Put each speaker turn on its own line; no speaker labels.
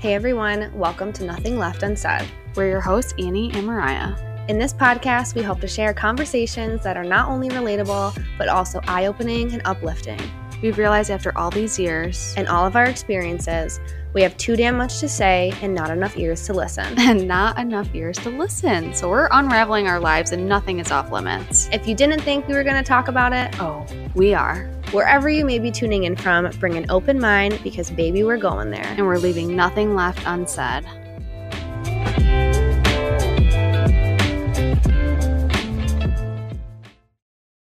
Hey everyone, welcome to Nothing Left Unsaid.
We're your hosts, Annie and Mariah.
In this podcast, we hope to share conversations that are not only relatable, but also eye opening and uplifting.
We've realized after all these years,
And all of our experiences, we have too damn much to say and not enough ears to listen.
and not enough ears to listen. So we're unraveling our lives and nothing is off limits.
If you didn't think we were going to talk about it,
Oh, we are.
wherever you may be tuning in from, bring an open mind because, baby, we're going there.
And we're leaving nothing left unsaid.